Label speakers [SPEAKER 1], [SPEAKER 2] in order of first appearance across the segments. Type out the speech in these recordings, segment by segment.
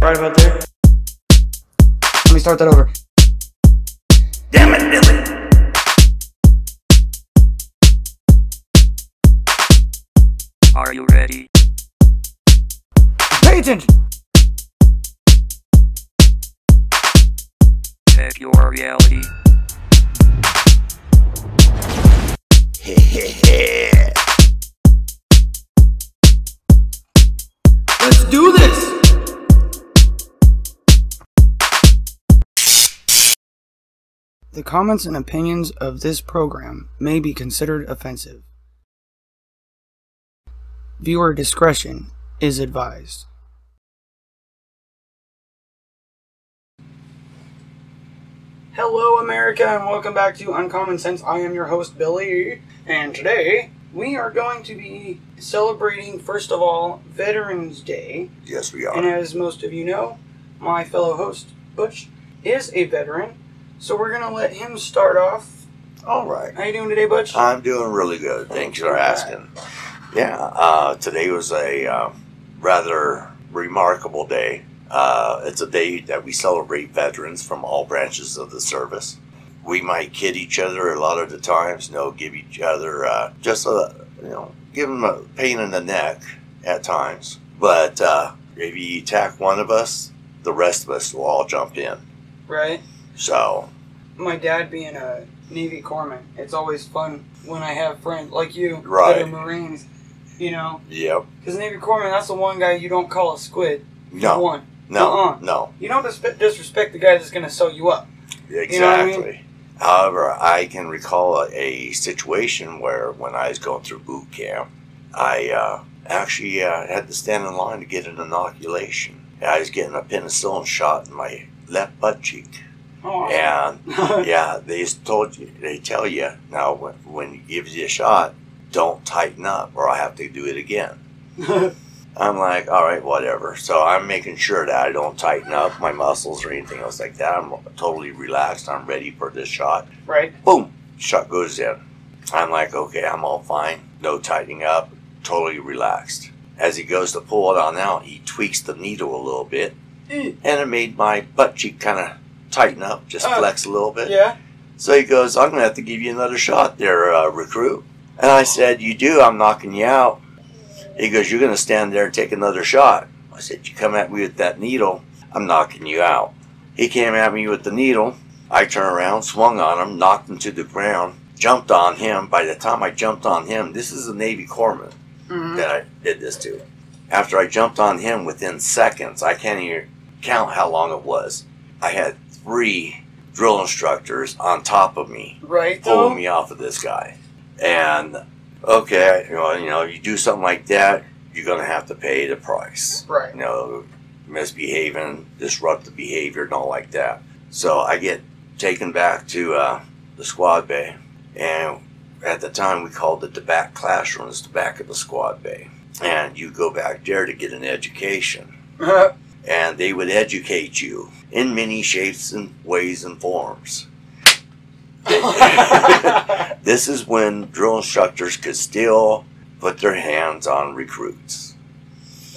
[SPEAKER 1] Right about there.
[SPEAKER 2] Let me start that over.
[SPEAKER 1] Damn it, Dylan.
[SPEAKER 3] Are you ready?
[SPEAKER 2] Pay attention.
[SPEAKER 3] Check your reality.
[SPEAKER 1] Let's do this.
[SPEAKER 2] The comments and opinions of this program may be considered offensive. Viewer discretion is advised. Hello, America, and welcome back to Uncommon Sense. I am your host, Billy, and today we are going to be celebrating, first of all, Veterans Day.
[SPEAKER 4] Yes, we
[SPEAKER 2] And
[SPEAKER 4] are.
[SPEAKER 2] as most of you know, my fellow host, Butch, is a veteran. So we're going to let him start off.
[SPEAKER 4] All right.
[SPEAKER 2] How you doing today, Butch?
[SPEAKER 4] I'm doing really good. Thanks for asking. Yeah, uh, today was a uh, rather remarkable day. Uh, it's a day that we celebrate veterans from all branches of the service. We might kid each other a lot of the times, you know, give each other uh, just a, you know, give them a pain in the neck at times. But uh, if you attack one of us, the rest of us will all jump in.
[SPEAKER 2] right?
[SPEAKER 4] So,
[SPEAKER 2] My dad being a Navy corpsman, it's always fun when I have friends like you that are
[SPEAKER 4] Right.
[SPEAKER 2] Marines, you know?
[SPEAKER 4] yep.
[SPEAKER 2] Because Navy corpsman, that's the one guy you don't call a squid. He's
[SPEAKER 4] No,
[SPEAKER 2] One.
[SPEAKER 4] no,
[SPEAKER 2] Uh-uh.
[SPEAKER 4] no.
[SPEAKER 2] You don't dis- disrespect the guy that's going to sell you up.
[SPEAKER 4] Exactly.
[SPEAKER 2] You know what I mean?
[SPEAKER 4] However, I can recall a, a situation where when I was going through boot camp, I uh, actually uh, had to stand in line to get an inoculation. I was getting a penicillin shot in my left butt cheek,
[SPEAKER 2] Oh,
[SPEAKER 4] and
[SPEAKER 2] yeah.
[SPEAKER 4] yeah, they s- told you, they tell you now when, when he gives you a shot, don't tighten up, or I have to do it again. I'm like, all right, whatever. So I'm making sure that I don't tighten up my muscles or anything else like that. I'm totally relaxed. I'm ready for this shot.
[SPEAKER 2] right?
[SPEAKER 4] Boom, shot goes in. I'm like, okay, I'm all fine. No tightening up. Totally relaxed. As he goes to pull it on out, he tweaks the needle a little bit,
[SPEAKER 2] Eh,
[SPEAKER 4] and it made my butt cheek kind of tighten up, just
[SPEAKER 2] Oh.
[SPEAKER 4] flex a little bit.
[SPEAKER 2] Yeah.
[SPEAKER 4] So he goes, I'm going to have to give you another shot there, uh, recruit. And I said, You do, I'm knocking you out. He goes, You're going to stand there and take another shot. I said, You come at me with that needle, I'm knocking you out. He came at me with the needle. I turned around, swung on him, knocked him to the ground, jumped on him. By the time I jumped on him, this is a Navy corpsman
[SPEAKER 2] Mhm.
[SPEAKER 4] that I did this to. After I jumped on him within seconds, I can't even count how long it was. I had three drill instructors on top of me
[SPEAKER 2] Right, though?
[SPEAKER 4] pulling me off of this guy. And okay, you know, you know, you do something like that, you're gonna have to pay the price.
[SPEAKER 2] Right.
[SPEAKER 4] You know, misbehaving, disruptive behavior, and all like that. So I get taken back to uh, the squad bay, and at the time we called it the back classrooms, the back of the squad bay, and you go back there to get an education and they would educate you in many shapes and ways and forms. this is when drill instructors could still put their hands on recruits.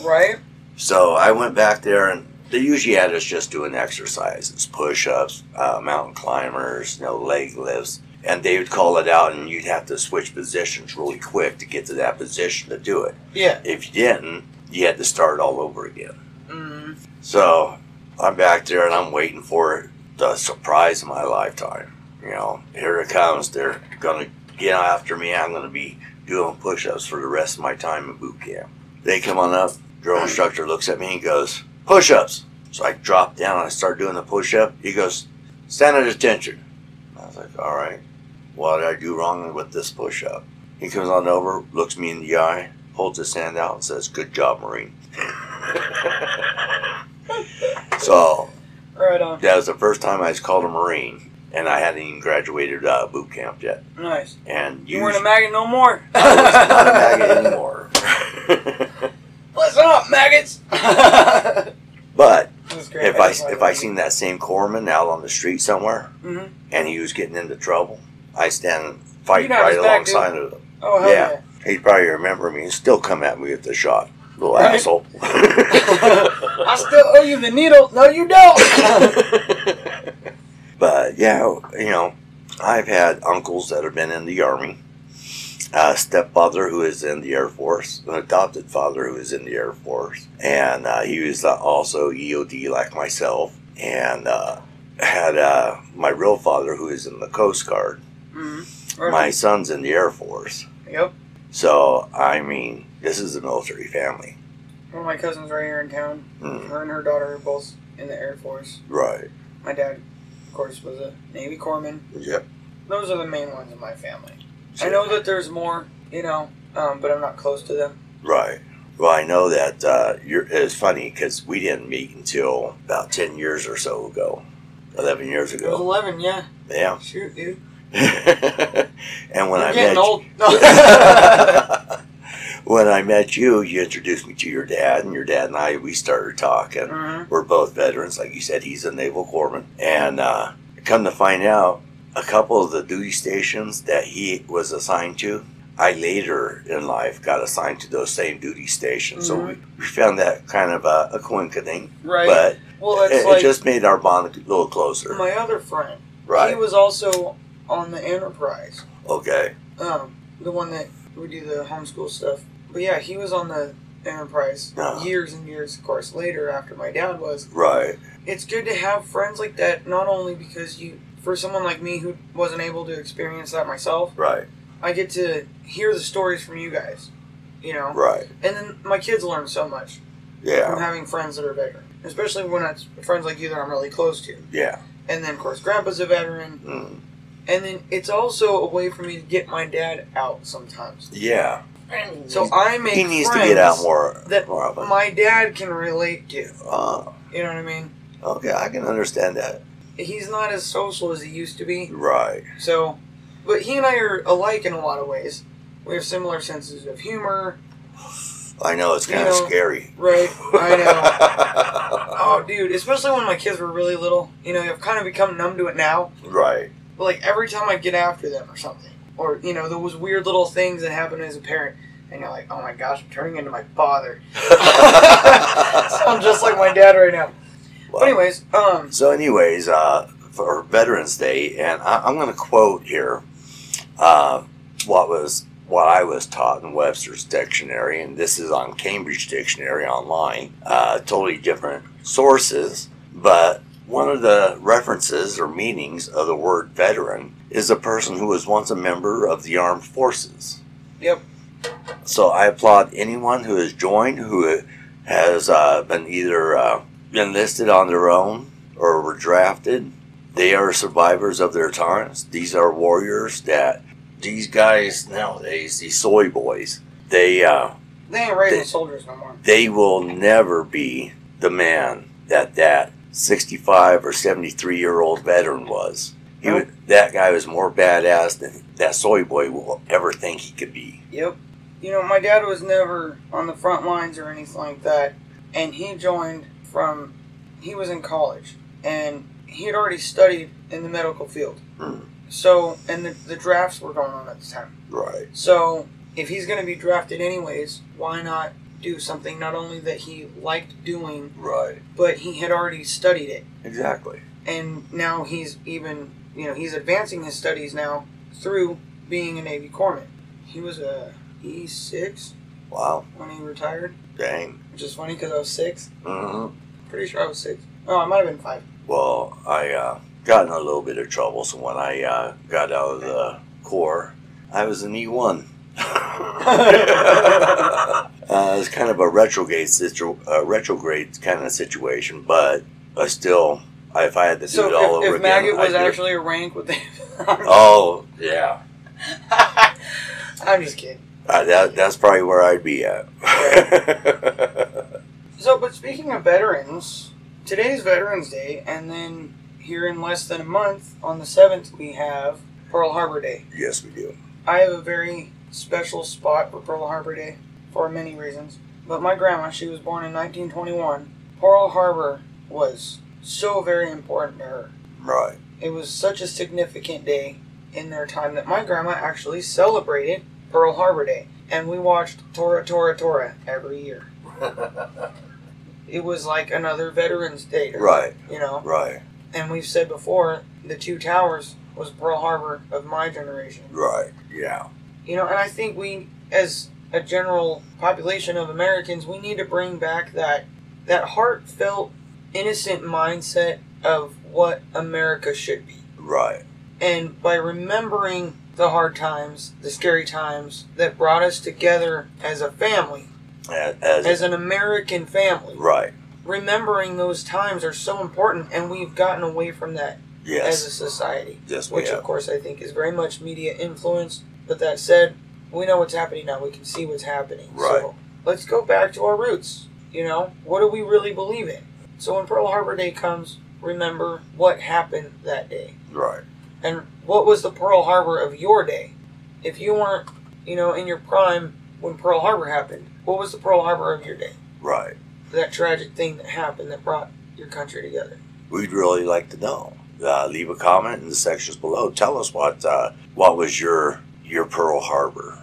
[SPEAKER 2] right?
[SPEAKER 4] So I went back there, and they usually had us just doing exercises, push-ups, uh, mountain climbers, you know, leg lifts, and they would call it out, and you'd have to switch positions really quick to get to that position to do it.
[SPEAKER 2] Yeah.
[SPEAKER 4] If you didn't, you had to start all over again.
[SPEAKER 2] Mm,
[SPEAKER 4] So I'm back there and I'm waiting for the surprise of my lifetime. You know, here it comes. They're going to get after me. I'm going to be doing push ups for the rest of my time in boot camp. They come on up. Drill instructor looks at me and goes, Push ups. So I drop down and I start doing the push up. He goes, Stand at attention. I was like, All right, what did I do wrong with this push up? He comes on over, looks me in the eye, holds his hand out, and says, Good job, Marine. So
[SPEAKER 2] right um, on.
[SPEAKER 4] that was the first time I was called a Marine, and I hadn't even graduated uh, boot camp yet.
[SPEAKER 2] Nice.
[SPEAKER 4] And
[SPEAKER 2] You
[SPEAKER 4] you
[SPEAKER 2] weren't a maggot no more.
[SPEAKER 4] I was not a maggot anymore.
[SPEAKER 2] Listen up, maggots.
[SPEAKER 4] but if I if I seen that same corpsman out on the street somewhere,
[SPEAKER 2] Mhm.
[SPEAKER 4] and he was getting into trouble, I stand and fight
[SPEAKER 2] You'd have
[SPEAKER 4] right
[SPEAKER 2] his back, dude.
[SPEAKER 4] alongside of him.
[SPEAKER 2] oh hell yeah,
[SPEAKER 4] yeah. He'd probably remember me and still come at me with the shot. Little asshole.
[SPEAKER 2] I still owe you the needle. No, you don't. Mm-hmm.
[SPEAKER 4] but yeah, you know, I've had uncles that have been in the army, a stepfather who is in the Air Force, an adopted father who is in the Air Force, and uh, he was uh, also EOD like myself, and uh, had uh, my real father who is in the Coast Guard.
[SPEAKER 2] Mhm.
[SPEAKER 4] My son's in the Air Force.
[SPEAKER 2] Yep.
[SPEAKER 4] So, I mean, this is a military family.
[SPEAKER 2] One of my cousins right here in town.
[SPEAKER 4] Mm,
[SPEAKER 2] Her and her daughter are both in the Air Force.
[SPEAKER 4] right.
[SPEAKER 2] My dad, of course, was a Navy corpsman.
[SPEAKER 4] Yep.
[SPEAKER 2] Those are the main ones in my family. I know that there's more, you know, um, but I'm not close to them.
[SPEAKER 4] Right. Well, I know that uh, you're, it's funny because we didn't meet until about 10 years or so ago, 11 years
[SPEAKER 2] I was
[SPEAKER 4] ago.
[SPEAKER 2] 11, yeah.
[SPEAKER 4] Yeah.
[SPEAKER 2] Shoot, dude.
[SPEAKER 4] and when
[SPEAKER 2] You're
[SPEAKER 4] I
[SPEAKER 2] getting
[SPEAKER 4] met
[SPEAKER 2] old.
[SPEAKER 4] when I met you, you introduced me to your dad, and your dad and I, we started talking.
[SPEAKER 2] hmm
[SPEAKER 4] We're both veterans. Like you said, he's a naval corpsman. And uh, come to find out, a couple of the duty stations that he was assigned to, I later in life got assigned to those same duty stations. So we, we found that kind of a, a coincidence,
[SPEAKER 2] Mm-hmm. Right.
[SPEAKER 4] but
[SPEAKER 2] well, that's
[SPEAKER 4] it, it
[SPEAKER 2] like
[SPEAKER 4] just made our bond a little closer.
[SPEAKER 2] my other friend. He
[SPEAKER 4] right.
[SPEAKER 2] was also on the Enterprise,
[SPEAKER 4] okay.
[SPEAKER 2] um, the one that we do the homeschool stuff. But yeah, he was on the Enterprise
[SPEAKER 4] Ah.
[SPEAKER 2] years and years, of course, later after my dad was.
[SPEAKER 4] Right.
[SPEAKER 2] it's good to have friends like that not only because you for someone like me who wasn't able to experience that myself
[SPEAKER 4] Right.
[SPEAKER 2] i get to hear the stories from you guys you know
[SPEAKER 4] Right.
[SPEAKER 2] and then my kids learn so much from
[SPEAKER 4] Yeah.
[SPEAKER 2] having friends that are veteran especially when it's friends like you that i'm really close to
[SPEAKER 4] Yeah.
[SPEAKER 2] and then of course grandpa's a veteran
[SPEAKER 4] Mm.
[SPEAKER 2] and then it's also a way for me to get my dad out sometimes
[SPEAKER 4] Yeah.
[SPEAKER 2] so i make
[SPEAKER 4] He needs to
[SPEAKER 2] friends
[SPEAKER 4] get out more.
[SPEAKER 2] that
[SPEAKER 4] more of it.
[SPEAKER 2] my dad can relate to
[SPEAKER 4] Uh,
[SPEAKER 2] you know what i mean
[SPEAKER 4] okay, I can understand that.
[SPEAKER 2] he's not as social as he used to be
[SPEAKER 4] Right.
[SPEAKER 2] So, but he and I are alike in a lot of ways. We have similar senses of humor,
[SPEAKER 4] I know it's
[SPEAKER 2] You
[SPEAKER 4] kind of
[SPEAKER 2] know,
[SPEAKER 4] scary.
[SPEAKER 2] right? I know.
[SPEAKER 4] know.
[SPEAKER 2] Oh, dude, especially when my kids were really little. You know, I've kind of become numb to it now.
[SPEAKER 4] right.
[SPEAKER 2] But, like, every time I get after them or something, or, you know, those weird little things that happen as a parent, and you're like, oh my gosh, I'm turning into my father. I'm just like my dad right now.
[SPEAKER 4] Well,
[SPEAKER 2] But anyways, um,
[SPEAKER 4] So, anyways, uh, for Veterans Day, and I, I'm going to quote here uh, what was what I was taught in Webster's Dictionary, and this is on Cambridge Dictionary online. Uh, totally different sources, but one of the references or meanings of the word veteran is a person who was once a member of the armed forces.
[SPEAKER 2] yep,
[SPEAKER 4] So I applaud anyone who has joined, who has uh, been either uh, enlisted on their own or were drafted. They are survivors of their times. These are warriors that these guys nowadays, these soy boys, they uh,
[SPEAKER 2] they ain't raising
[SPEAKER 4] They-
[SPEAKER 2] soldiers no more.
[SPEAKER 4] they will never be the man that that 65 or 73 year old veteran was. He would, that guy was more badass than that soy boy will ever think he could be.
[SPEAKER 2] Yep. You know, my dad was never on the front lines or anything like that, and he joined from he was in college and he had already studied in the medical field.
[SPEAKER 4] Hmm.
[SPEAKER 2] So, and the, the drafts were going on at the time.
[SPEAKER 4] Right.
[SPEAKER 2] So, if he's going to be drafted anyways, why not do something not only that he liked doing,
[SPEAKER 4] Right.
[SPEAKER 2] but he had already studied it,
[SPEAKER 4] Exactly.
[SPEAKER 2] and now he's even you know he's advancing his studies now through being a Navy corpsman. He was a E six
[SPEAKER 4] Wow.
[SPEAKER 2] when he retired,
[SPEAKER 4] Dang.
[SPEAKER 2] which is funny because I was six.
[SPEAKER 4] hmm
[SPEAKER 2] Pretty sure I was six. Oh, I might have been five.
[SPEAKER 4] Well, I uh, got in a little bit of trouble, so when I uh, got out of the Corps, I was an E E1. uh, it's kind of a retrograde situ- uh, retrograde kind of situation, but I still, if I had to do
[SPEAKER 2] So
[SPEAKER 4] it all
[SPEAKER 2] if,
[SPEAKER 4] over
[SPEAKER 2] if
[SPEAKER 4] again,
[SPEAKER 2] maggot
[SPEAKER 4] I'd
[SPEAKER 2] was
[SPEAKER 4] do it.
[SPEAKER 2] actually a rank, would they?
[SPEAKER 4] oh yeah,
[SPEAKER 2] I'm just kidding.
[SPEAKER 4] uh, that, that's probably where I'd be at.
[SPEAKER 2] So, but speaking of veterans, today's Veterans Day, and then here in less than a month, on the seventh, we have Pearl Harbor Day.
[SPEAKER 4] yes, we do.
[SPEAKER 2] I have a very special spot for Pearl Harbor Day for many reasons. But my grandma, she was born in 1921. Pearl Harbor was so very important to her.
[SPEAKER 4] Right.
[SPEAKER 2] It was such a significant day in their time that my grandma actually celebrated Pearl Harbor Day. and we watched Tora Tora Tora every year. it was like another Veterans Day, to-
[SPEAKER 4] Right,
[SPEAKER 2] You know,
[SPEAKER 4] right,
[SPEAKER 2] and we've said before, the two towers was Pearl Harbor of my generation.
[SPEAKER 4] right. Yeah,
[SPEAKER 2] You know, and I think we, as a general population of Americans, we need to bring back that that heartfelt, innocent mindset of what America should be.
[SPEAKER 4] right,
[SPEAKER 2] And by remembering the hard times, the scary times that brought us together as a family,
[SPEAKER 4] as, as,
[SPEAKER 2] as an American family,
[SPEAKER 4] right.
[SPEAKER 2] remembering those times are so important, and we've gotten away from that as a
[SPEAKER 4] Yes,
[SPEAKER 2] society,
[SPEAKER 4] yes, we
[SPEAKER 2] which
[SPEAKER 4] have.
[SPEAKER 2] of course I think is very much media influenced. But that said, we know what's happening now. We can see what's happening.
[SPEAKER 4] Right.
[SPEAKER 2] So let's go back to our roots. You know, what do we really believe in? So when Pearl Harbor Day comes, remember what happened that day.
[SPEAKER 4] Right,
[SPEAKER 2] And what was the Pearl Harbor of your day? If you weren't, you know, in your prime when Pearl Harbor happened, what was the Pearl Harbor of your day?
[SPEAKER 4] right.
[SPEAKER 2] That tragic thing that happened that brought your country together.
[SPEAKER 4] We'd really like to know. Uh, leave a comment in the sections below. Tell us what uh, what was your your Pearl Harbor.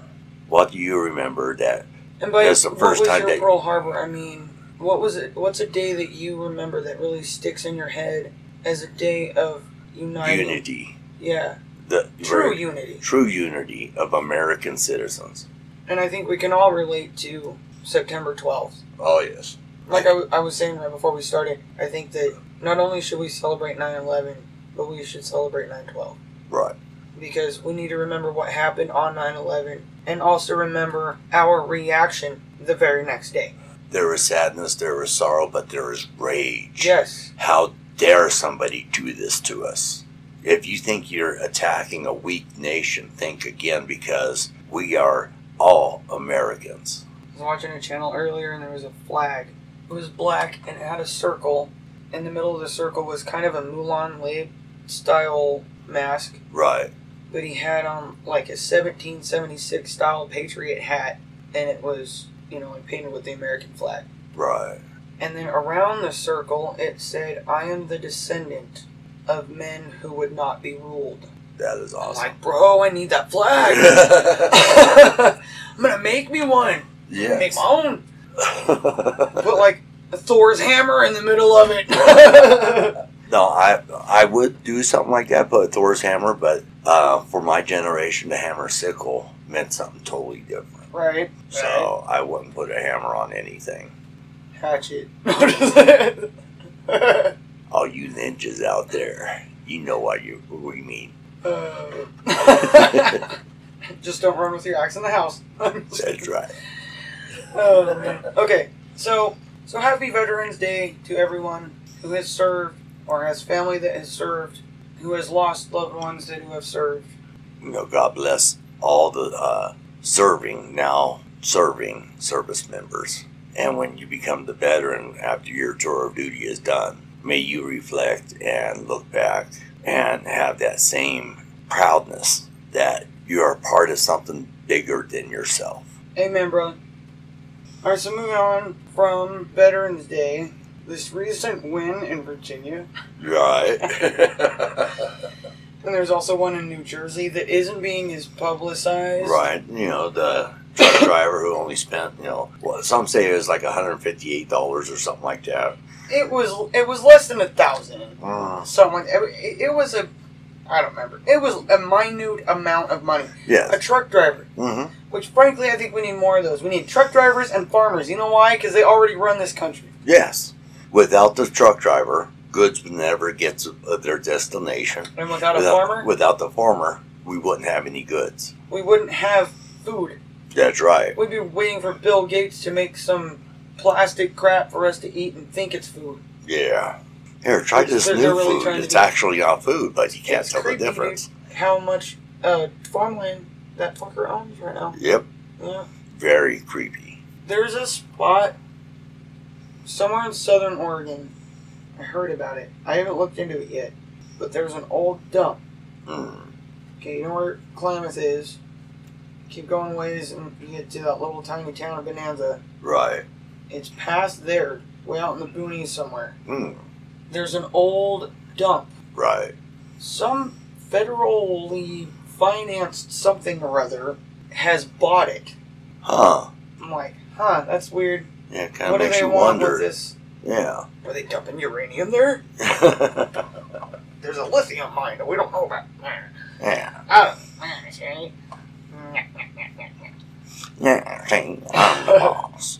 [SPEAKER 4] What do you remember that?
[SPEAKER 2] And by
[SPEAKER 4] That's the
[SPEAKER 2] what
[SPEAKER 4] first
[SPEAKER 2] was
[SPEAKER 4] time
[SPEAKER 2] your
[SPEAKER 4] that-
[SPEAKER 2] Pearl Harbor, I mean, what was it? What's a day that you remember that really sticks in your head as a day of uniting?
[SPEAKER 4] Unity,
[SPEAKER 2] Yeah,
[SPEAKER 4] the
[SPEAKER 2] true unity.
[SPEAKER 4] true unity of American citizens.
[SPEAKER 2] And I think we can all relate to September twelfth.
[SPEAKER 4] Oh yes,
[SPEAKER 2] like I, w- I was saying right before we started, I think that not only should we celebrate 9 11, but we should celebrate 9 12.
[SPEAKER 4] right,
[SPEAKER 2] Because we need to remember what happened on 9 11 and also remember our reaction the very next day.
[SPEAKER 4] There was sadness, there was sorrow, but there was rage.
[SPEAKER 2] Yes.
[SPEAKER 4] How dare somebody do this to us? If you think you're attacking a weak nation, think again because we are all Americans.
[SPEAKER 2] I was watching a channel earlier and there was a flag. It was black and it had a circle. In the middle of the circle was kind of a Mulan Lib style mask,
[SPEAKER 4] Right,
[SPEAKER 2] but he had on like a 1776 style Patriot hat and it was, you know, like painted with the American flag.
[SPEAKER 4] right,
[SPEAKER 2] And then around the circle it said, I am the descendant of men who would not be ruled.
[SPEAKER 4] that is
[SPEAKER 2] I'm
[SPEAKER 4] awesome.
[SPEAKER 2] like, bro, I need that flag. I'm gonna make me one. Make
[SPEAKER 4] yes.
[SPEAKER 2] my own. Put like Thor's hammer in the middle of it.
[SPEAKER 4] No, I I would do something like that, but Thor's hammer. But uh, for my generation, the hammer sickle meant something totally different.
[SPEAKER 2] right.
[SPEAKER 4] So I wouldn't put a hammer on anything.
[SPEAKER 2] Right. Hatchet. uh,
[SPEAKER 4] All you ninjas out there, you know what you we mean.
[SPEAKER 2] just don't run with your axe in the house.
[SPEAKER 4] That's right.
[SPEAKER 2] Oh, man. okay, so so happy Veterans Day to everyone who has served or has family that has served, who has lost loved ones that who have served.
[SPEAKER 4] You know, God bless all the uh, serving now serving service members. And when you become the veteran after your tour of duty is done, may you reflect and look back and have that same proudness that you are part of something bigger than yourself.
[SPEAKER 2] Amen, brother. All right, so moving on from Veterans Day, this recent win in Virginia,
[SPEAKER 4] Right.
[SPEAKER 2] and there's also one in New Jersey that isn't being as publicized.
[SPEAKER 4] Right, you know the truck driver who only spent, you know, well, some say it was like one hundred fifty-eight dollars or something like that.
[SPEAKER 2] It was it was less than a thousand.
[SPEAKER 4] Mm.
[SPEAKER 2] Someone it, it was a I don't remember. It was a minute amount of money. A
[SPEAKER 4] Yes.
[SPEAKER 2] truck driver.
[SPEAKER 4] hmm
[SPEAKER 2] Which, frankly, I think we need more of those. We need truck drivers and farmers. You know why? Because they already run this country.
[SPEAKER 4] Yes. Without the truck driver, goods would never get to uh, their destination.
[SPEAKER 2] And without a
[SPEAKER 4] without,
[SPEAKER 2] farmer,
[SPEAKER 4] Without the farmer, we wouldn't have any goods.
[SPEAKER 2] we wouldn't have food.
[SPEAKER 4] That's right.
[SPEAKER 2] We'd be waiting for Bill Gates to make some plastic crap for us to eat and think it's food.
[SPEAKER 4] Yeah. Here, try this
[SPEAKER 2] They're-
[SPEAKER 4] new
[SPEAKER 2] they're really
[SPEAKER 4] food.
[SPEAKER 2] trying to
[SPEAKER 4] It's
[SPEAKER 2] do-
[SPEAKER 4] actually not food, but you can't
[SPEAKER 2] It's
[SPEAKER 4] tell
[SPEAKER 2] creepy,
[SPEAKER 4] the difference.
[SPEAKER 2] How much uh, farmland that fucker owns right now.
[SPEAKER 4] Yep.
[SPEAKER 2] Yeah.
[SPEAKER 4] Very creepy.
[SPEAKER 2] There's a spot somewhere in southern Oregon. I heard about it. I haven't looked into it yet. But there's an old dump
[SPEAKER 4] Mm.
[SPEAKER 2] Okay, you know where Klamath is. Keep going ways and you get to that little tiny town of Bonanza.
[SPEAKER 4] Right.
[SPEAKER 2] It's past there, way out in the boonies somewhere.
[SPEAKER 4] Mm.
[SPEAKER 2] There's an old dump.
[SPEAKER 4] Right.
[SPEAKER 2] Some federally financed something or other has bought it.
[SPEAKER 4] Huh.
[SPEAKER 2] I'm like, huh, that's weird.
[SPEAKER 4] Yeah, it kind
[SPEAKER 2] what
[SPEAKER 4] of
[SPEAKER 2] do
[SPEAKER 4] makes
[SPEAKER 2] they
[SPEAKER 4] you
[SPEAKER 2] want
[SPEAKER 4] wonder.
[SPEAKER 2] with this?
[SPEAKER 4] Yeah.
[SPEAKER 2] Are they dumping uranium there? There's a lithium mine that we don't know about.
[SPEAKER 4] yeah.
[SPEAKER 2] Oh, see?
[SPEAKER 4] Yeah. King, I'm the boss.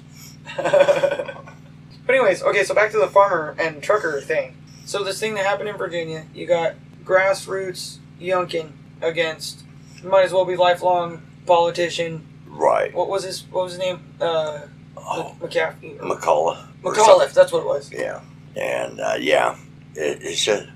[SPEAKER 2] but anyways, okay, so back to the farmer and trucker thing. So this thing that happened in Virginia, you got grassroots Yunkin against might as well be lifelong politician.
[SPEAKER 4] Right.
[SPEAKER 2] What was his what was his name? Uh
[SPEAKER 4] Oh,
[SPEAKER 2] McCaffrey.
[SPEAKER 4] McCullough. or something.
[SPEAKER 2] McAuliffe, that's what it was.
[SPEAKER 4] Yeah. And uh, yeah, it, it's just.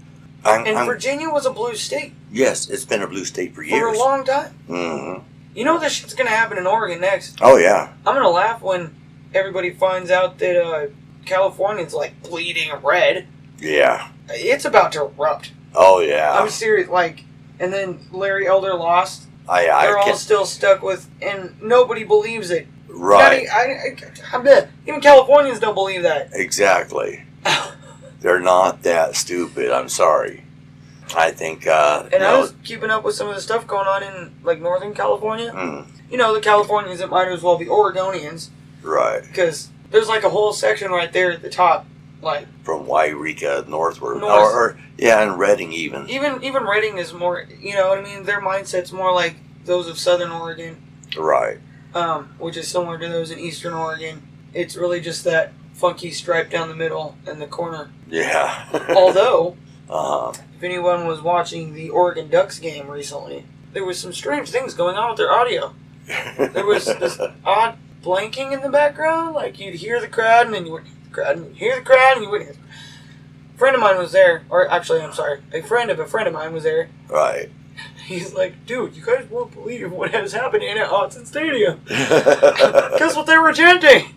[SPEAKER 4] I'm,
[SPEAKER 2] And
[SPEAKER 4] I'm-
[SPEAKER 2] Virginia was a blue state
[SPEAKER 4] yes, it's been a blue state for
[SPEAKER 2] for
[SPEAKER 4] years.
[SPEAKER 2] a long time.
[SPEAKER 4] hmm
[SPEAKER 2] You know this shit's gonna happen in Oregon next.
[SPEAKER 4] Oh yeah.
[SPEAKER 2] I'm gonna laugh when everybody finds out that uh, California's like bleeding red.
[SPEAKER 4] Yeah.
[SPEAKER 2] It's about to erupt.
[SPEAKER 4] Oh yeah.
[SPEAKER 2] I'm serious. Like, and then Larry Elder lost.
[SPEAKER 4] I I
[SPEAKER 2] They're all
[SPEAKER 4] can
[SPEAKER 2] still stuck with, and nobody believes it. Not
[SPEAKER 4] right.
[SPEAKER 2] e- I, I- I'm dead. Even Californians don't believe that.
[SPEAKER 4] Exactly.
[SPEAKER 2] and
[SPEAKER 4] They're not that stupid. I'm sorry. I think. Uh, you
[SPEAKER 2] I
[SPEAKER 4] know,
[SPEAKER 2] was keeping up with some of the stuff going on in like Northern California.
[SPEAKER 4] mm,
[SPEAKER 2] You know, the Californians that might as well be Oregonians
[SPEAKER 4] right
[SPEAKER 2] because there's like a whole section right there at the top. Like
[SPEAKER 4] from Wairika northward,
[SPEAKER 2] North.
[SPEAKER 4] Or, or yeah, and Redding even.
[SPEAKER 2] even even Redding is more. You know what I mean? Their mindset's more like those of Southern Oregon.
[SPEAKER 4] Right.
[SPEAKER 2] um, which is similar to those in Eastern Oregon. It's really just that funky stripe down the middle and the corner.
[SPEAKER 4] Yeah.
[SPEAKER 2] Although,
[SPEAKER 4] uh,
[SPEAKER 2] if anyone was watching the Oregon Ducks game recently, there was some strange things going on with their audio. There was this odd blanking in the background, like you'd hear the crowd and then you wouldn't hear the crowd and you'd hear the crowd and you wouldn't. Hear a friend of mine was there, or actually, I'm sorry, a friend of a friend of mine was there.
[SPEAKER 4] right.
[SPEAKER 2] He's like, "Dude, you guys won't believe what has happened in at Autzen Stadium. Guess what they were chanting."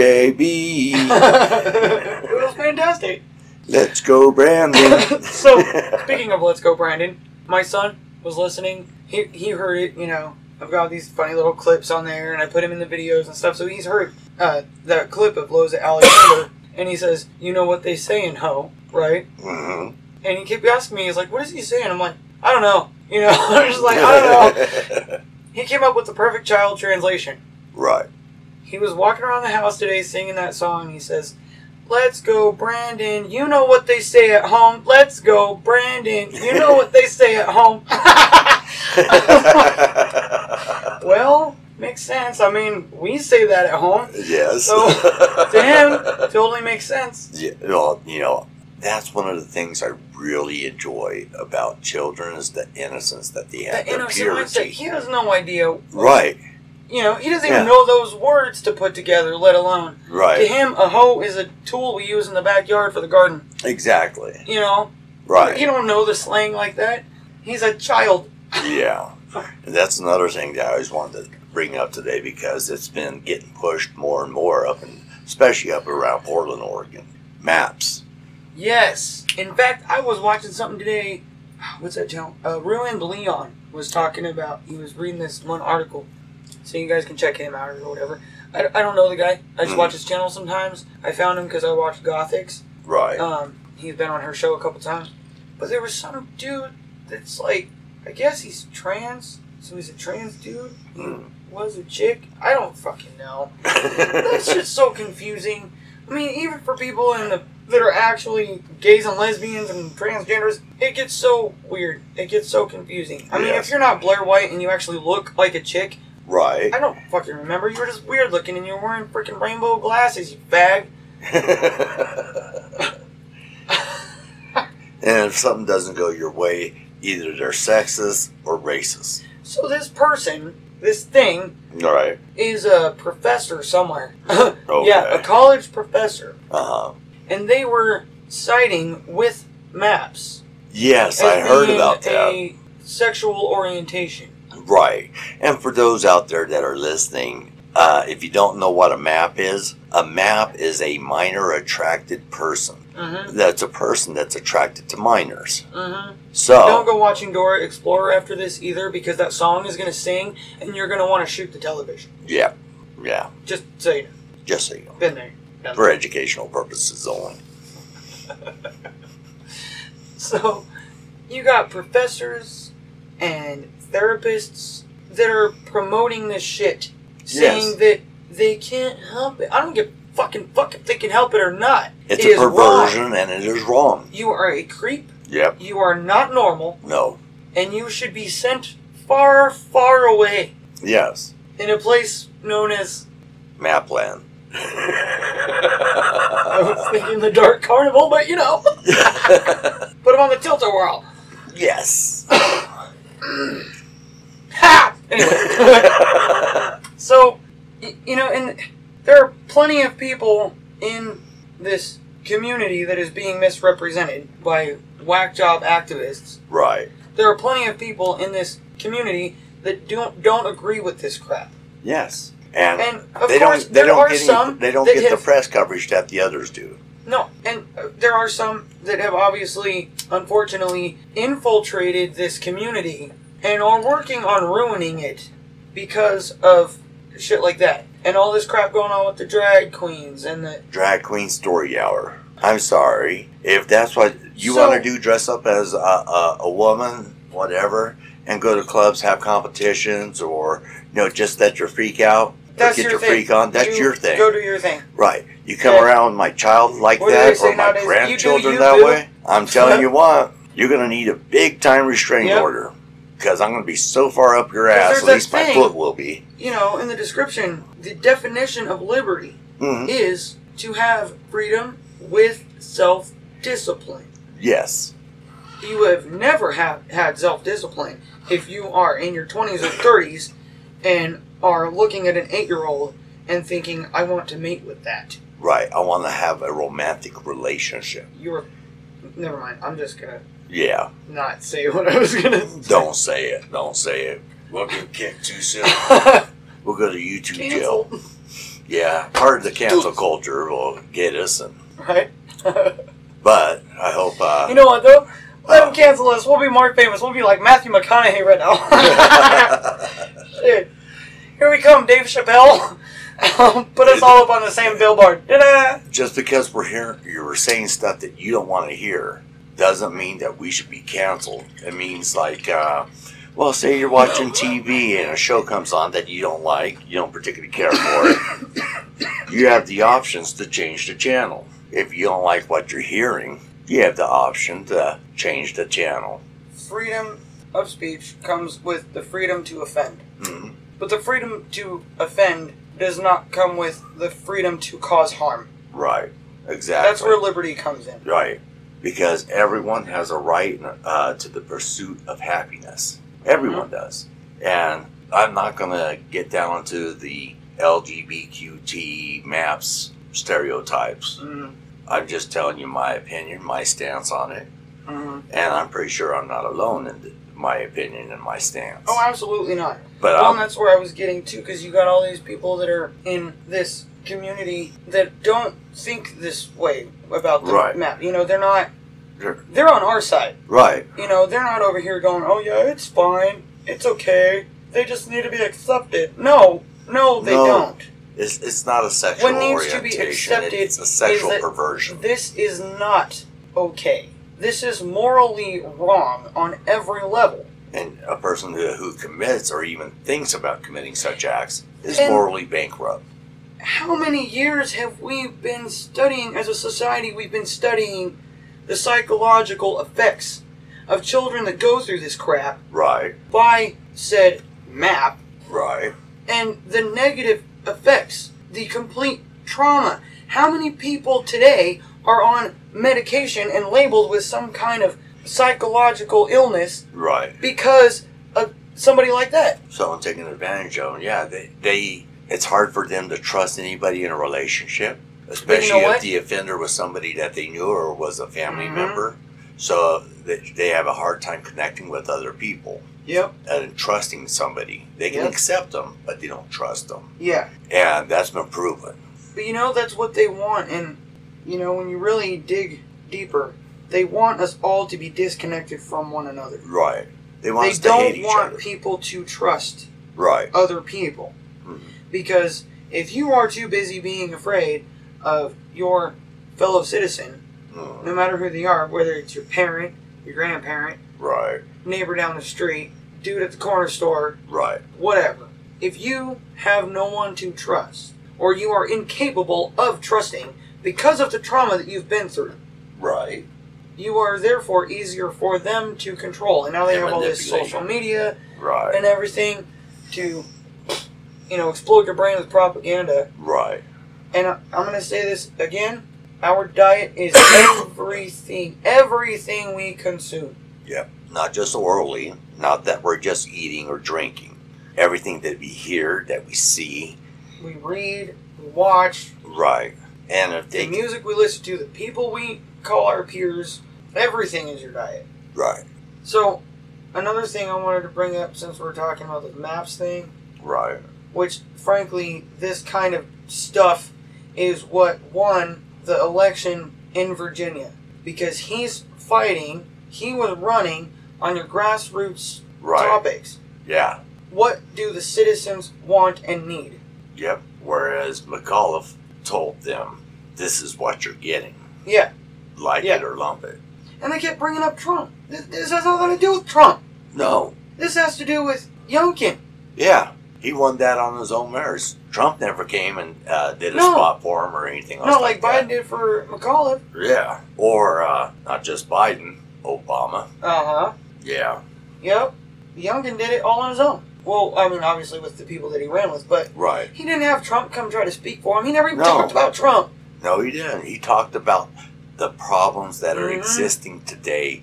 [SPEAKER 4] FJB.
[SPEAKER 2] it was fantastic.
[SPEAKER 4] Let's go, Brandon.
[SPEAKER 2] so, speaking of Let's Go Brandon, my son was listening. He, he heard it, you know. I've got these funny little clips on there, and I put him in the videos and stuff. So he's heard uh, that clip of Loza Alexander, and he says, "You know what they say in Ho, right?"
[SPEAKER 4] Mhm.
[SPEAKER 2] And he kept asking me, he's like, "What is he saying?" I'm like, "I don't know." You know, I'm just like, "I don't know." He came up with the perfect child translation.
[SPEAKER 4] right.
[SPEAKER 2] He was walking around the house today singing that song. He says, Let's go, Brandon. You know what they say at home. Let's go, Brandon. You know what they say at home. well, makes sense. I mean, we say that at home.
[SPEAKER 4] yes.
[SPEAKER 2] So, To him, totally makes sense.
[SPEAKER 4] Yeah, well, you know, that's one of the things I really enjoy about children is the innocence that they have,
[SPEAKER 2] That
[SPEAKER 4] their
[SPEAKER 2] innocent mindset.
[SPEAKER 4] purity.
[SPEAKER 2] He has no idea.
[SPEAKER 4] Right,
[SPEAKER 2] You know, he doesn't
[SPEAKER 4] Yeah.
[SPEAKER 2] even know those words to put together, let alone. To
[SPEAKER 4] right,
[SPEAKER 2] him, a hoe is a tool we use in the backyard for the garden.
[SPEAKER 4] exactly,
[SPEAKER 2] You know, he
[SPEAKER 4] right,
[SPEAKER 2] don't know the slang like that. He's a child.
[SPEAKER 4] yeah. And that's another thing that I always wanted to bring up today because it's been getting pushed more and more up, and especially up around Portland, Oregon. Maps,
[SPEAKER 2] Yes. In fact, I was watching something today. What's that channel? Uh, Ruin Leon was talking about. He was reading this one article, so you guys can check him out or whatever. I, I don't know the guy. I just
[SPEAKER 4] Mhm.
[SPEAKER 2] watch his channel sometimes. I found him because I watched Gothics.
[SPEAKER 4] right,
[SPEAKER 2] Um, he's been on her show a couple times. But there was some dude that's like, I guess he's trans. So he's a trans dude. He
[SPEAKER 4] Mhm.
[SPEAKER 2] was a chick. I don't fucking know. That's just so confusing. I mean, even for people in the that are actually gays and lesbians and transgenders, it gets so weird. It gets so confusing. I mean,
[SPEAKER 4] Yes.
[SPEAKER 2] if you're not Blair White and you actually look like a chick,
[SPEAKER 4] right.
[SPEAKER 2] I don't fucking remember. You were just weird looking and you're wearing freaking rainbow glasses, you bag.
[SPEAKER 4] and if something doesn't go your way, either they're sexist or racist.
[SPEAKER 2] So this person, this thing,
[SPEAKER 4] All right.
[SPEAKER 2] is a professor somewhere. Yeah,
[SPEAKER 4] Okay.
[SPEAKER 2] a college professor,
[SPEAKER 4] Uh huh.
[SPEAKER 2] and they were citing with maps.
[SPEAKER 4] Yes,
[SPEAKER 2] as
[SPEAKER 4] I heard
[SPEAKER 2] being
[SPEAKER 4] about that.
[SPEAKER 2] a Sexual orientation.
[SPEAKER 4] Right. And for those out there that are listening, uh, if you don't know what a map is, a map is a minor attracted person.
[SPEAKER 2] Mm-hmm.
[SPEAKER 4] That's a person that's attracted to minors.
[SPEAKER 2] Mm-hmm. Don't
[SPEAKER 4] So,
[SPEAKER 2] go watching Dora Explorer after this either, because that song is gonna sing, and you're gonna want to shoot the television.
[SPEAKER 4] yeah, yeah,
[SPEAKER 2] Just so you know,
[SPEAKER 4] just so you know,
[SPEAKER 2] been there. done
[SPEAKER 4] for educational purposes only.
[SPEAKER 2] that. So, you got professors and therapists that are promoting this shit, saying
[SPEAKER 4] Yes.
[SPEAKER 2] that they can't help it. I don't give a fucking fuck if they can help it or not.
[SPEAKER 4] It's
[SPEAKER 2] It
[SPEAKER 4] a
[SPEAKER 2] is wrong.
[SPEAKER 4] perversion and it is wrong.
[SPEAKER 2] You are a creep.
[SPEAKER 4] Yep.
[SPEAKER 2] You are not normal,
[SPEAKER 4] No.
[SPEAKER 2] and you should be sent far, far away
[SPEAKER 4] Yes.
[SPEAKER 2] in a place known as
[SPEAKER 4] Mapland.
[SPEAKER 2] I was thinking the Dark Carnival, but you know, put him on the tilt a whirl.
[SPEAKER 4] yes.
[SPEAKER 2] Ha! Anyway, so y- you know, and there are plenty of people in this community that is being misrepresented by whack job activists.
[SPEAKER 4] right.
[SPEAKER 2] There are plenty of people in this community that don't don't agree with this crap.
[SPEAKER 4] Yes. And,
[SPEAKER 2] And, of
[SPEAKER 4] they
[SPEAKER 2] course,
[SPEAKER 4] don't. They
[SPEAKER 2] there
[SPEAKER 4] don't
[SPEAKER 2] are
[SPEAKER 4] get any-
[SPEAKER 2] some
[SPEAKER 4] they don't
[SPEAKER 2] that
[SPEAKER 4] get
[SPEAKER 2] have-
[SPEAKER 4] the press coverage that the others do.
[SPEAKER 2] No, and uh, there are some that have obviously, unfortunately, infiltrated this community and are working on ruining it because of shit like that. And all this crap going on with the drag queens and the.
[SPEAKER 4] Drag queen story hour. I'm sorry if that's what you
[SPEAKER 2] So-
[SPEAKER 4] want to do. Dress up as a, a, a woman, whatever, and go to clubs, have competitions, or you know, just let your freak out. or
[SPEAKER 2] That's
[SPEAKER 4] get
[SPEAKER 2] your,
[SPEAKER 4] your,
[SPEAKER 2] thing.
[SPEAKER 4] freak on. That's
[SPEAKER 2] You
[SPEAKER 4] your thing,
[SPEAKER 2] Go do your thing.
[SPEAKER 4] right? You come
[SPEAKER 2] Yeah.
[SPEAKER 4] around with my child like
[SPEAKER 2] What do they
[SPEAKER 4] that,
[SPEAKER 2] say
[SPEAKER 4] or my
[SPEAKER 2] nowadays? You do, you
[SPEAKER 4] grandchildren
[SPEAKER 2] do.
[SPEAKER 4] that way. I'm telling you what, you're gonna need a big time restraining
[SPEAKER 2] Yep.
[SPEAKER 4] order because I'm gonna be so far up your ass.
[SPEAKER 2] there's
[SPEAKER 4] At
[SPEAKER 2] that
[SPEAKER 4] least my
[SPEAKER 2] thing-
[SPEAKER 4] foot will be.
[SPEAKER 2] You know, in the description, the definition of liberty
[SPEAKER 4] hmm
[SPEAKER 2] is to have freedom with self discipline.
[SPEAKER 4] Yes.
[SPEAKER 2] you have never have had self discipline if you are in your 20s or 30s and are looking at an 8 year old and thinking, I want to mate with that.
[SPEAKER 4] Right. I want to have a romantic relationship.
[SPEAKER 2] You're. Never mind. I'm just going to
[SPEAKER 4] Yeah.
[SPEAKER 2] not say what I was going to
[SPEAKER 4] Don't say it. Don't say it. We'll get kicked too soon. we'll go to YouTube jail.
[SPEAKER 2] cancel.
[SPEAKER 4] Yeah, part of the cancel culture will get us. And,
[SPEAKER 2] Right?
[SPEAKER 4] but I hope. Uh,
[SPEAKER 2] You know what, though? Let them cancel us. We'll be more famous. We'll be like Matthew McConaughey right now. Shit. Here we come, Dave Chappelle. Um, Put us all up on the same billboard. Ta-da!
[SPEAKER 4] just because we're here, you were saying stuff that you don't want to hear, doesn't mean that we should be canceled. It means like, uh, well, say you're watching TV and a show comes on that you don't like, you don't particularly care for. you have the options to change the channel. If you don't like what you're hearing, you have the option to change the channel.
[SPEAKER 2] freedom of speech comes with the freedom to offend.
[SPEAKER 4] Mhm.
[SPEAKER 2] But the freedom to offend does not come with the freedom to cause harm.
[SPEAKER 4] Right. Exactly.
[SPEAKER 2] That's where liberty comes in.
[SPEAKER 4] Right. Because everyone has a right uh, to the pursuit of happiness. Everyone
[SPEAKER 2] Mm-hmm.
[SPEAKER 4] does. And I'm not going to get down into the LGBTQT maps stereotypes. I'm just telling you my opinion, my stance on it.
[SPEAKER 2] Mhm.
[SPEAKER 4] And I'm pretty sure I'm not alone in th- my opinion and my stance.
[SPEAKER 2] Oh, absolutely not.
[SPEAKER 4] but
[SPEAKER 2] Well,
[SPEAKER 4] I'm,
[SPEAKER 2] and that's where I was getting to because you got all these people that are in this community that don't think this way about the
[SPEAKER 4] Right.
[SPEAKER 2] map. You know, they're not.
[SPEAKER 4] Sure.
[SPEAKER 2] They're on our side.
[SPEAKER 4] right.
[SPEAKER 2] You know, they're not over here going, "Oh yeah, it's fine, it's okay." They just need to be accepted. No, no, they
[SPEAKER 4] No.
[SPEAKER 2] don't.
[SPEAKER 4] It's, it's not a sexual
[SPEAKER 2] What needs to be
[SPEAKER 4] orientation.
[SPEAKER 2] accepted
[SPEAKER 4] it's a
[SPEAKER 2] is
[SPEAKER 4] sexual
[SPEAKER 2] that
[SPEAKER 4] perversion.
[SPEAKER 2] This is not okay. This is morally wrong on every level.
[SPEAKER 4] and a person who, who commits or even thinks about committing such acts is
[SPEAKER 2] And-
[SPEAKER 4] morally bankrupt.
[SPEAKER 2] How many years have we been studying, as a society, we've been studying the psychological effects of children that go through this crap
[SPEAKER 4] Right,
[SPEAKER 2] by said map
[SPEAKER 4] right.
[SPEAKER 2] and the negative effects, the complete trauma. How many people today are on medication and labeled with some kind of psychological illness
[SPEAKER 4] Right.
[SPEAKER 2] because of somebody like that.
[SPEAKER 4] Someone taken advantage of, and yeah, they, they it's hard for them to trust anybody in a relationship, especially
[SPEAKER 2] what? Mm-hmm.
[SPEAKER 4] if the offender was somebody that they knew or was a family member. So they, they have a hard time connecting with other people
[SPEAKER 2] Yep.
[SPEAKER 4] and trusting somebody. They can
[SPEAKER 2] Yeah.
[SPEAKER 4] accept them, but they don't trust them.
[SPEAKER 2] Yeah.
[SPEAKER 4] And that's been proven.
[SPEAKER 2] But you know, that's what they want, and you know, when you really dig deeper, they want us all to be disconnected from one another.
[SPEAKER 4] Right. They want
[SPEAKER 2] They
[SPEAKER 4] us to hate
[SPEAKER 2] don't
[SPEAKER 4] each
[SPEAKER 2] want
[SPEAKER 4] other.
[SPEAKER 2] people to trust
[SPEAKER 4] right.
[SPEAKER 2] other people.
[SPEAKER 4] Mhm.
[SPEAKER 2] Because if you are too busy being afraid of your fellow citizen,
[SPEAKER 4] Mm,
[SPEAKER 2] no matter who they are, whether it's your parent, your grandparent,
[SPEAKER 4] right.
[SPEAKER 2] neighbor down the street, dude at the corner store,
[SPEAKER 4] Right.
[SPEAKER 2] whatever. If you have no one to trust, or you are incapable of trusting because of the trauma that you've been through,
[SPEAKER 4] Right.
[SPEAKER 2] you are therefore easier for them to control. And now they
[SPEAKER 4] And
[SPEAKER 2] have all this
[SPEAKER 4] manipulate.
[SPEAKER 2] social media
[SPEAKER 4] Right.
[SPEAKER 2] and everything to, you know, explode your brain with propaganda.
[SPEAKER 4] right.
[SPEAKER 2] And I- I'm going to say this again our diet is everything, everything we consume.
[SPEAKER 4] Yep. Not just orally, not that we're just eating or drinking. Everything that we hear, that we see.
[SPEAKER 2] We read, we watch,
[SPEAKER 4] Right. And if they
[SPEAKER 2] the music we listen to, the people we call our peers, everything is your diet.
[SPEAKER 4] Right.
[SPEAKER 2] So, another thing I wanted to bring up since we're talking about this maps thing,
[SPEAKER 4] Right.
[SPEAKER 2] which frankly, this kind of stuff is what won the election in Virginia because he's fighting, he was running on your grassroots
[SPEAKER 4] Right.
[SPEAKER 2] topics.
[SPEAKER 4] Yeah.
[SPEAKER 2] What do the citizens want and need?
[SPEAKER 4] Yep. Whereas McAuliffe told them, this is what you're getting.
[SPEAKER 2] Yeah,
[SPEAKER 4] Like
[SPEAKER 2] Yeah.
[SPEAKER 4] it or lump it.
[SPEAKER 2] and they kept bringing up Trump. This, this has nothing to do with Trump.
[SPEAKER 4] No.
[SPEAKER 2] This has to do with Youngkin.
[SPEAKER 4] Yeah. He won that on his own merits. Trump never came and uh, did a
[SPEAKER 2] No.
[SPEAKER 4] spot for him or anything else.
[SPEAKER 2] Not like
[SPEAKER 4] that.
[SPEAKER 2] Biden did for McAuliffe.
[SPEAKER 4] Yeah. Or uh, not just Biden, Obama.
[SPEAKER 2] Uh huh.
[SPEAKER 4] Yeah.
[SPEAKER 2] Yep. Youngkin did it all on his own. Well, I mean, obviously with the people that he ran with, but
[SPEAKER 4] Right.
[SPEAKER 2] he didn't have Trump come try to speak for him. He never even
[SPEAKER 4] No.
[SPEAKER 2] talked about Trump.
[SPEAKER 4] No, he didn't. He talked about the problems that are
[SPEAKER 2] Mhm.
[SPEAKER 4] existing today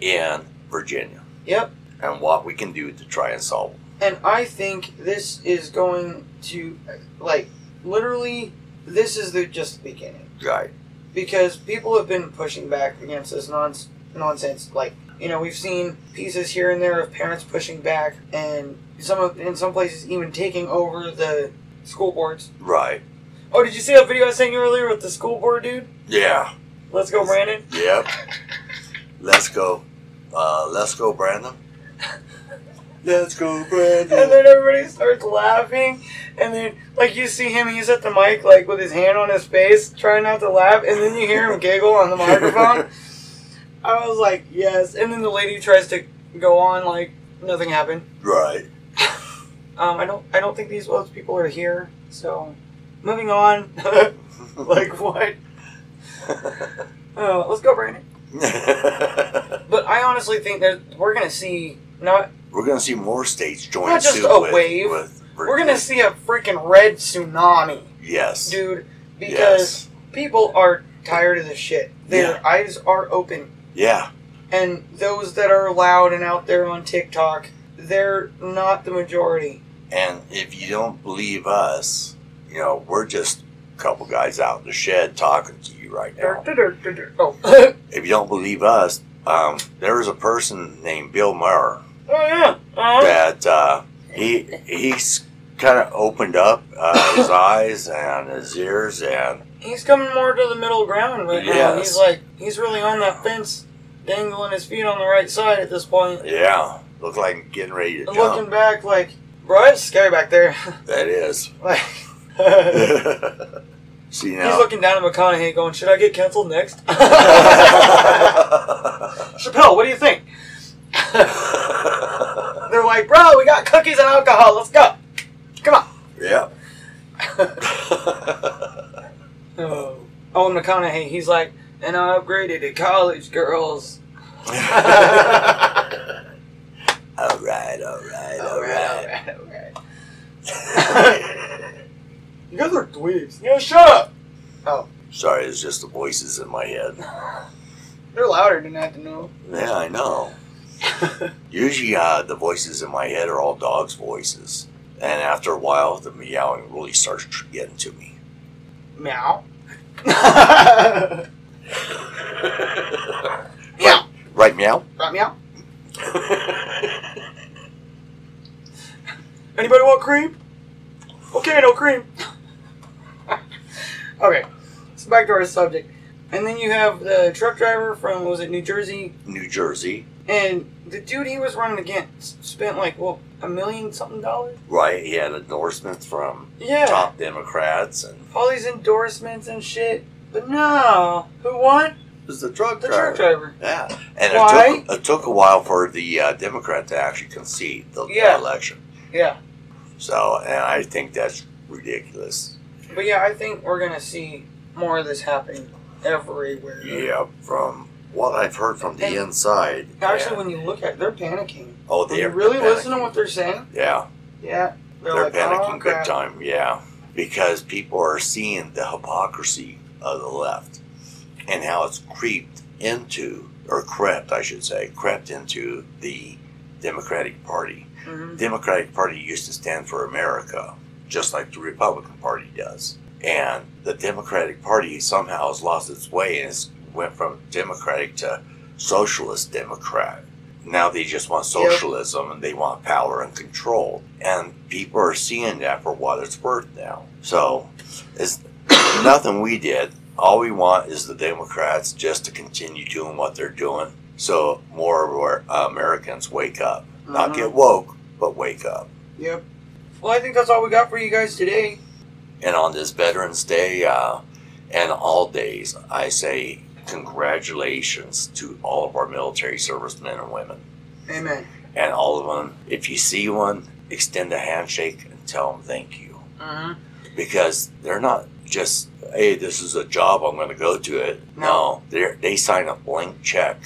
[SPEAKER 4] in Virginia
[SPEAKER 2] Yep.
[SPEAKER 4] and what we can do to try and solve them.
[SPEAKER 2] And I think this is going to, like, literally, this is the just the beginning
[SPEAKER 4] Right.
[SPEAKER 2] because people have been pushing back against this nons nonsense. Like, you know, we've seen pieces here and there of parents pushing back, and some of, in some places even taking over the school boards.
[SPEAKER 4] Right.
[SPEAKER 2] Oh, did you see that video I was saying earlier with the school board dude?
[SPEAKER 4] Yeah.
[SPEAKER 2] Let's go, Brandon.
[SPEAKER 4] Yep. let's go. Uh, let's go, Brandon. Let's go,
[SPEAKER 2] And
[SPEAKER 4] Brandon.
[SPEAKER 2] then everybody starts laughing, and then like you see him, he's at the mic like with his hand on his face, trying not to laugh, and then you hear him giggle on the microphone. I was like, yes. And then the lady tries to go on like nothing happened.
[SPEAKER 4] Right.
[SPEAKER 2] Um, I don't, I don't think these those people are here. So, moving on. like what? Uh, let's go, Brandon. But I honestly think that we're gonna see not
[SPEAKER 4] We're gonna see more states join
[SPEAKER 2] Not just
[SPEAKER 4] suit
[SPEAKER 2] a
[SPEAKER 4] with,
[SPEAKER 2] wave.
[SPEAKER 4] with
[SPEAKER 2] we're gonna see a freaking red tsunami,
[SPEAKER 4] Yes.
[SPEAKER 2] dude, because
[SPEAKER 4] yes.
[SPEAKER 2] people are tired of this shit. Their
[SPEAKER 4] Yeah.
[SPEAKER 2] eyes are open,
[SPEAKER 4] Yeah.
[SPEAKER 2] and those that are loud and out there on TikTok, they're not the majority.
[SPEAKER 4] And if you don't believe us, you know, we're just a couple guys out in the shed talking to you right now.
[SPEAKER 2] Oh, oh
[SPEAKER 4] If you don't believe us, um, there was a person named Bill Maher
[SPEAKER 2] yeah, uh-huh.
[SPEAKER 4] that uh, he he's kind of opened up uh, his eyes and his ears and
[SPEAKER 2] he's coming more to the middle ground right now.
[SPEAKER 4] Yes.
[SPEAKER 2] He's like he's really on that fence, dangling his feet on the right side at this point.
[SPEAKER 4] yeah, look like I'm getting ready to
[SPEAKER 2] And
[SPEAKER 4] jump.
[SPEAKER 2] Looking back, like bro, it's scary back there.
[SPEAKER 4] that is.
[SPEAKER 2] like
[SPEAKER 4] See
[SPEAKER 2] he's
[SPEAKER 4] now.
[SPEAKER 2] looking down at McConaughey, going, "Should I get canceled next?" Chappelle, what do you think? They're like, bro, we got cookies and alcohol. Let's go. Come on.
[SPEAKER 4] yeah.
[SPEAKER 2] Oh, oh and McConaughey, he's like, and I upgraded to college girls.
[SPEAKER 4] All right, all right, all right.
[SPEAKER 2] Alright, alright. You guys are dweebs. Yeah, shut up. Oh,
[SPEAKER 4] Sorry, it's just the voices in my head.
[SPEAKER 2] they're louder than that, to know.
[SPEAKER 4] Yeah, I know. Usually, uh, the voices in my head are all dogs' voices, and after a while, the meowing really starts tr- getting to me.
[SPEAKER 2] Meow. right, Meow.
[SPEAKER 4] Right, meow.
[SPEAKER 2] meow. Anybody want cream? Okay, no cream. okay, so back to our subject. And then you have the truck driver from, what was it New Jersey?
[SPEAKER 4] New Jersey,
[SPEAKER 2] And the dude he was running against spent like, well, a million something dollars?
[SPEAKER 4] right? He had endorsements from
[SPEAKER 2] Yeah.
[SPEAKER 4] top Democrats, and
[SPEAKER 2] All these endorsements and shit. But no. Who won?
[SPEAKER 4] was the truck
[SPEAKER 2] The
[SPEAKER 4] driver.
[SPEAKER 2] truck driver.
[SPEAKER 4] Yeah, and
[SPEAKER 2] Why?
[SPEAKER 4] it took it took a while for the uh, Democrat to actually concede the
[SPEAKER 2] Yeah.
[SPEAKER 4] election.
[SPEAKER 2] Yeah.
[SPEAKER 4] So, and I think that's ridiculous.
[SPEAKER 2] But yeah, I think we're going to see more of this happening everywhere.
[SPEAKER 4] Yeah, from what I've heard from the
[SPEAKER 2] And-
[SPEAKER 4] inside.
[SPEAKER 2] Actually,
[SPEAKER 4] yeah.
[SPEAKER 2] when you look at it, they're panicking.
[SPEAKER 4] oh,
[SPEAKER 2] When you
[SPEAKER 4] they're
[SPEAKER 2] really
[SPEAKER 4] panicking.
[SPEAKER 2] listen to what they're saying,
[SPEAKER 4] Yeah,
[SPEAKER 2] yeah, they're,
[SPEAKER 4] they're
[SPEAKER 2] like,
[SPEAKER 4] panicking
[SPEAKER 2] oh,
[SPEAKER 4] big
[SPEAKER 2] crap.
[SPEAKER 4] time. Yeah, because people are seeing the hypocrisy of the left and how it's creeped into, or crept, I should say, crept into the Democratic Party.
[SPEAKER 2] Mhm.
[SPEAKER 4] Democratic Party used to stand for America, just like the Republican Party does. And the Democratic Party somehow has lost its way and it's went from Democratic to Socialist Democrat. Now they just want
[SPEAKER 2] Yep.
[SPEAKER 4] socialism and they want power and control. And people are seeing that for what it's worth now. So it's nothing we did. All we want is the Democrats just to continue doing what they're doing so more of our Americans wake up. Not
[SPEAKER 2] Mhm.
[SPEAKER 4] get woke, but wake up.
[SPEAKER 2] Yep. Well, I think that's all we got for you guys today.
[SPEAKER 4] And on this Veterans Day uh, and all days, I say congratulations to all of our military servicemen and women.
[SPEAKER 2] Amen.
[SPEAKER 4] And all of them, if you see one, extend a handshake and tell them thank you.
[SPEAKER 2] hmm
[SPEAKER 4] Because they're not just, hey, this is a job, I'm going to go to it. No, they they sign a blank check.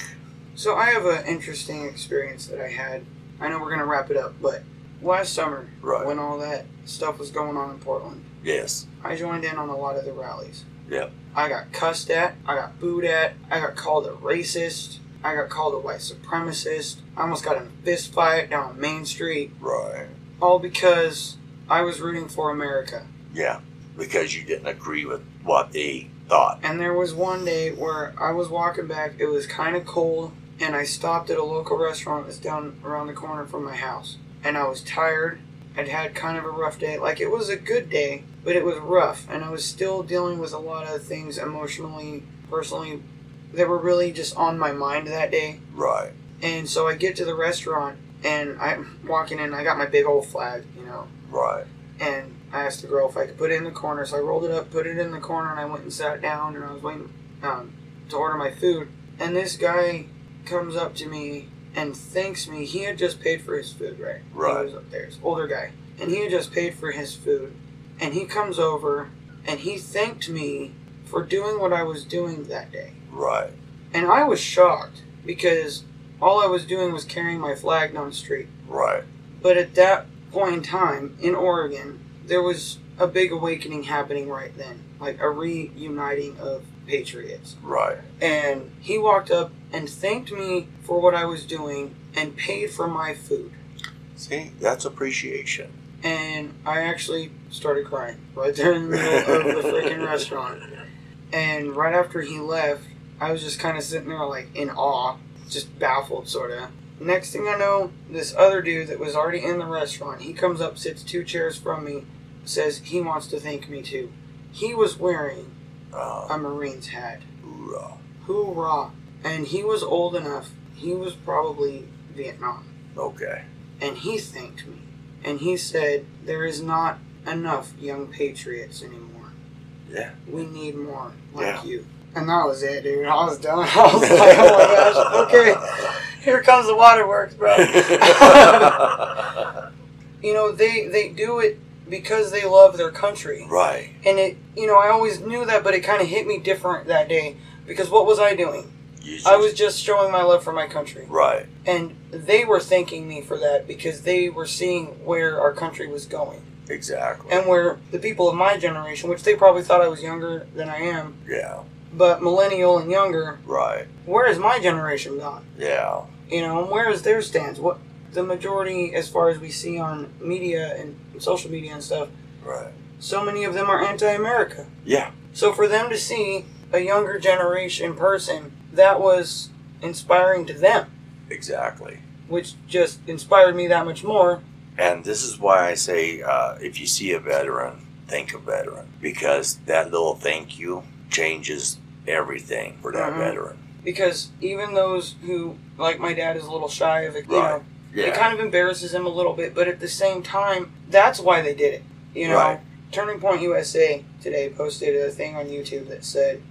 [SPEAKER 2] So I have an interesting experience that I had. I know we're gonna wrap it up, but last summer
[SPEAKER 4] Right.
[SPEAKER 2] when all that stuff was going on in Portland,
[SPEAKER 4] Yes.
[SPEAKER 2] I joined in on a lot of the rallies.
[SPEAKER 4] Yep.
[SPEAKER 2] I got cussed at. I got booed at. I got called a racist. I got called a white supremacist. I almost got in a fist fight down on Main Street,
[SPEAKER 4] Right.
[SPEAKER 2] all because I was rooting for America.
[SPEAKER 4] Yeah. Because you didn't agree with what they thought.
[SPEAKER 2] And there was one day where I was walking back, it was kind of cold, and I stopped at a local restaurant that's down around the corner from my house. And I was tired. I'd had kind of a rough day. Like, it was a good day, but it was rough. And I was still dealing with a lot of things emotionally, personally, that were really just on my mind that day.
[SPEAKER 4] Right.
[SPEAKER 2] And so I get to the restaurant, and I'm walking in, I got my big old flag, you know,
[SPEAKER 4] Right.
[SPEAKER 2] and I asked the girl if I could put it in the corner. So I rolled it up, put it in the corner, and I went and sat down, and I was waiting um, to order my food. And this guy comes up to me and thanks me. He had just paid for his food, right?
[SPEAKER 4] Right.
[SPEAKER 2] He was up there, this older guy, and he had just paid for his food. And he comes over and he thanked me for doing what I was doing that day.
[SPEAKER 4] Right.
[SPEAKER 2] And I was shocked because all I was doing was carrying my flag down the street.
[SPEAKER 4] Right.
[SPEAKER 2] But at that point in time in Oregon, there was a big awakening happening right then, like a reuniting of patriots.
[SPEAKER 4] Right.
[SPEAKER 2] And he walked up and thanked me for what I was doing and paid for my food.
[SPEAKER 4] See, that's appreciation.
[SPEAKER 2] And I actually started crying right there in the middle of the freaking restaurant. And right after he left, I was just kind of sitting there, like in awe, just baffled, sort of. Next thing I know, this other dude that was already in the restaurant, he comes up, sits two chairs from me, says he wants to thank me too. He was wearing
[SPEAKER 4] Uh,
[SPEAKER 2] a Marine's hat.
[SPEAKER 4] hoorah.
[SPEAKER 2] Hoorah! And he was old enough. He was probably Vietnam
[SPEAKER 4] okay.
[SPEAKER 2] and he thanked me. And he said, There is not enough young patriots anymore.
[SPEAKER 4] Yeah.
[SPEAKER 2] We need more like
[SPEAKER 4] Yeah.
[SPEAKER 2] you. And that was it, dude. I was done. I was like, Oh my gosh, okay. Here comes the waterworks, bro. you know, they, they do it because they love their country.
[SPEAKER 4] right.
[SPEAKER 2] And it, you know, I always knew that, but it kind of hit me different that day because what was I doing?
[SPEAKER 4] You
[SPEAKER 2] I was just showing my love for my country.
[SPEAKER 4] right.
[SPEAKER 2] and they were thanking me for that because they were seeing where our country was going
[SPEAKER 4] Exactly.
[SPEAKER 2] and where the people of my generation which they probably thought i was younger than i am
[SPEAKER 4] yeah.
[SPEAKER 2] but millennial and younger
[SPEAKER 4] Right.
[SPEAKER 2] where is my generation gone
[SPEAKER 4] Yeah.
[SPEAKER 2] you know and where is their stance what the majority as far as we see on media and social media and stuff
[SPEAKER 4] Right.
[SPEAKER 2] so many of them are anti-america
[SPEAKER 4] Yeah.
[SPEAKER 2] so for them to see a younger generation person that was inspiring to them
[SPEAKER 4] Exactly.
[SPEAKER 2] which just inspired me that much more
[SPEAKER 4] And this is why I say uh, if you see a veteran, think a veteran because that little thank you changes everything for that
[SPEAKER 2] Mhm.
[SPEAKER 4] veteran.
[SPEAKER 2] because even those who like my dad is a little shy of it you
[SPEAKER 4] Right.
[SPEAKER 2] know it
[SPEAKER 4] Yeah.
[SPEAKER 2] kind of embarrasses him a little bit but at the same time that's why they did it you know
[SPEAKER 4] Right.
[SPEAKER 2] turning point usa today posted a thing on youtube that said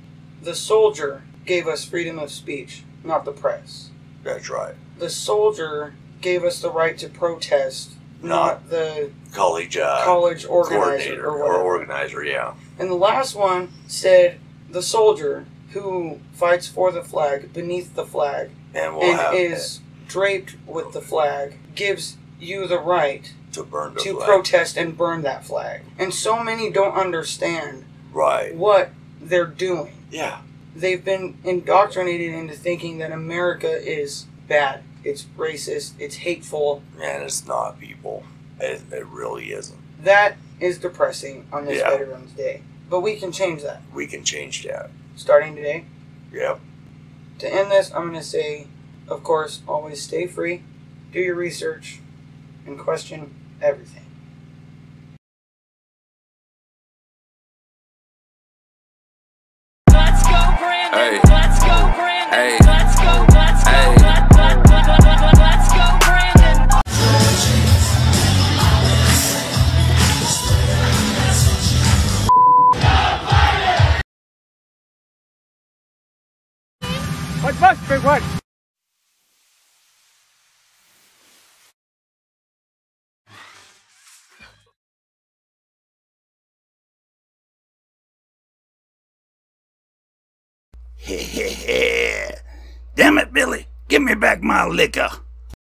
[SPEAKER 2] the soldier gave us freedom of speech, not the press.
[SPEAKER 4] That's right.
[SPEAKER 2] The soldier gave us the right to protest, not the
[SPEAKER 4] College uh,
[SPEAKER 2] college organizer
[SPEAKER 4] coordinator
[SPEAKER 2] or
[SPEAKER 4] or
[SPEAKER 2] whatever.
[SPEAKER 4] organizer, yeah.
[SPEAKER 2] And the last one said, the soldier who fights for the flag, beneath the flag,
[SPEAKER 4] And we'll have
[SPEAKER 2] and is draped with the flag, gives you the right
[SPEAKER 4] to burn the
[SPEAKER 2] to
[SPEAKER 4] flag.
[SPEAKER 2] protest and burn that flag. And so many don't understand
[SPEAKER 4] right.
[SPEAKER 2] what they're doing.
[SPEAKER 4] Yeah.
[SPEAKER 2] They've been indoctrinated into thinking that America is bad, it's racist, it's hateful.
[SPEAKER 4] Man, it's not people. It, it really isn't.
[SPEAKER 2] That is depressing on this
[SPEAKER 4] Yeah.
[SPEAKER 2] Veterans Day. But we can change that
[SPEAKER 4] We can change that.
[SPEAKER 2] starting today.
[SPEAKER 4] Yep.
[SPEAKER 2] To end this, I'm going to say, of course, always stay free, do your research, and question everything.
[SPEAKER 5] Let's go, Brandon.
[SPEAKER 6] Hey.
[SPEAKER 5] Let's go, Brandon.
[SPEAKER 6] Hey.
[SPEAKER 5] Let's go. Let's go.
[SPEAKER 6] Hey.
[SPEAKER 5] Let- let- let- let- let- let- Let's go, Brandon.
[SPEAKER 1] Damn it, Billy. Give me back my liquor.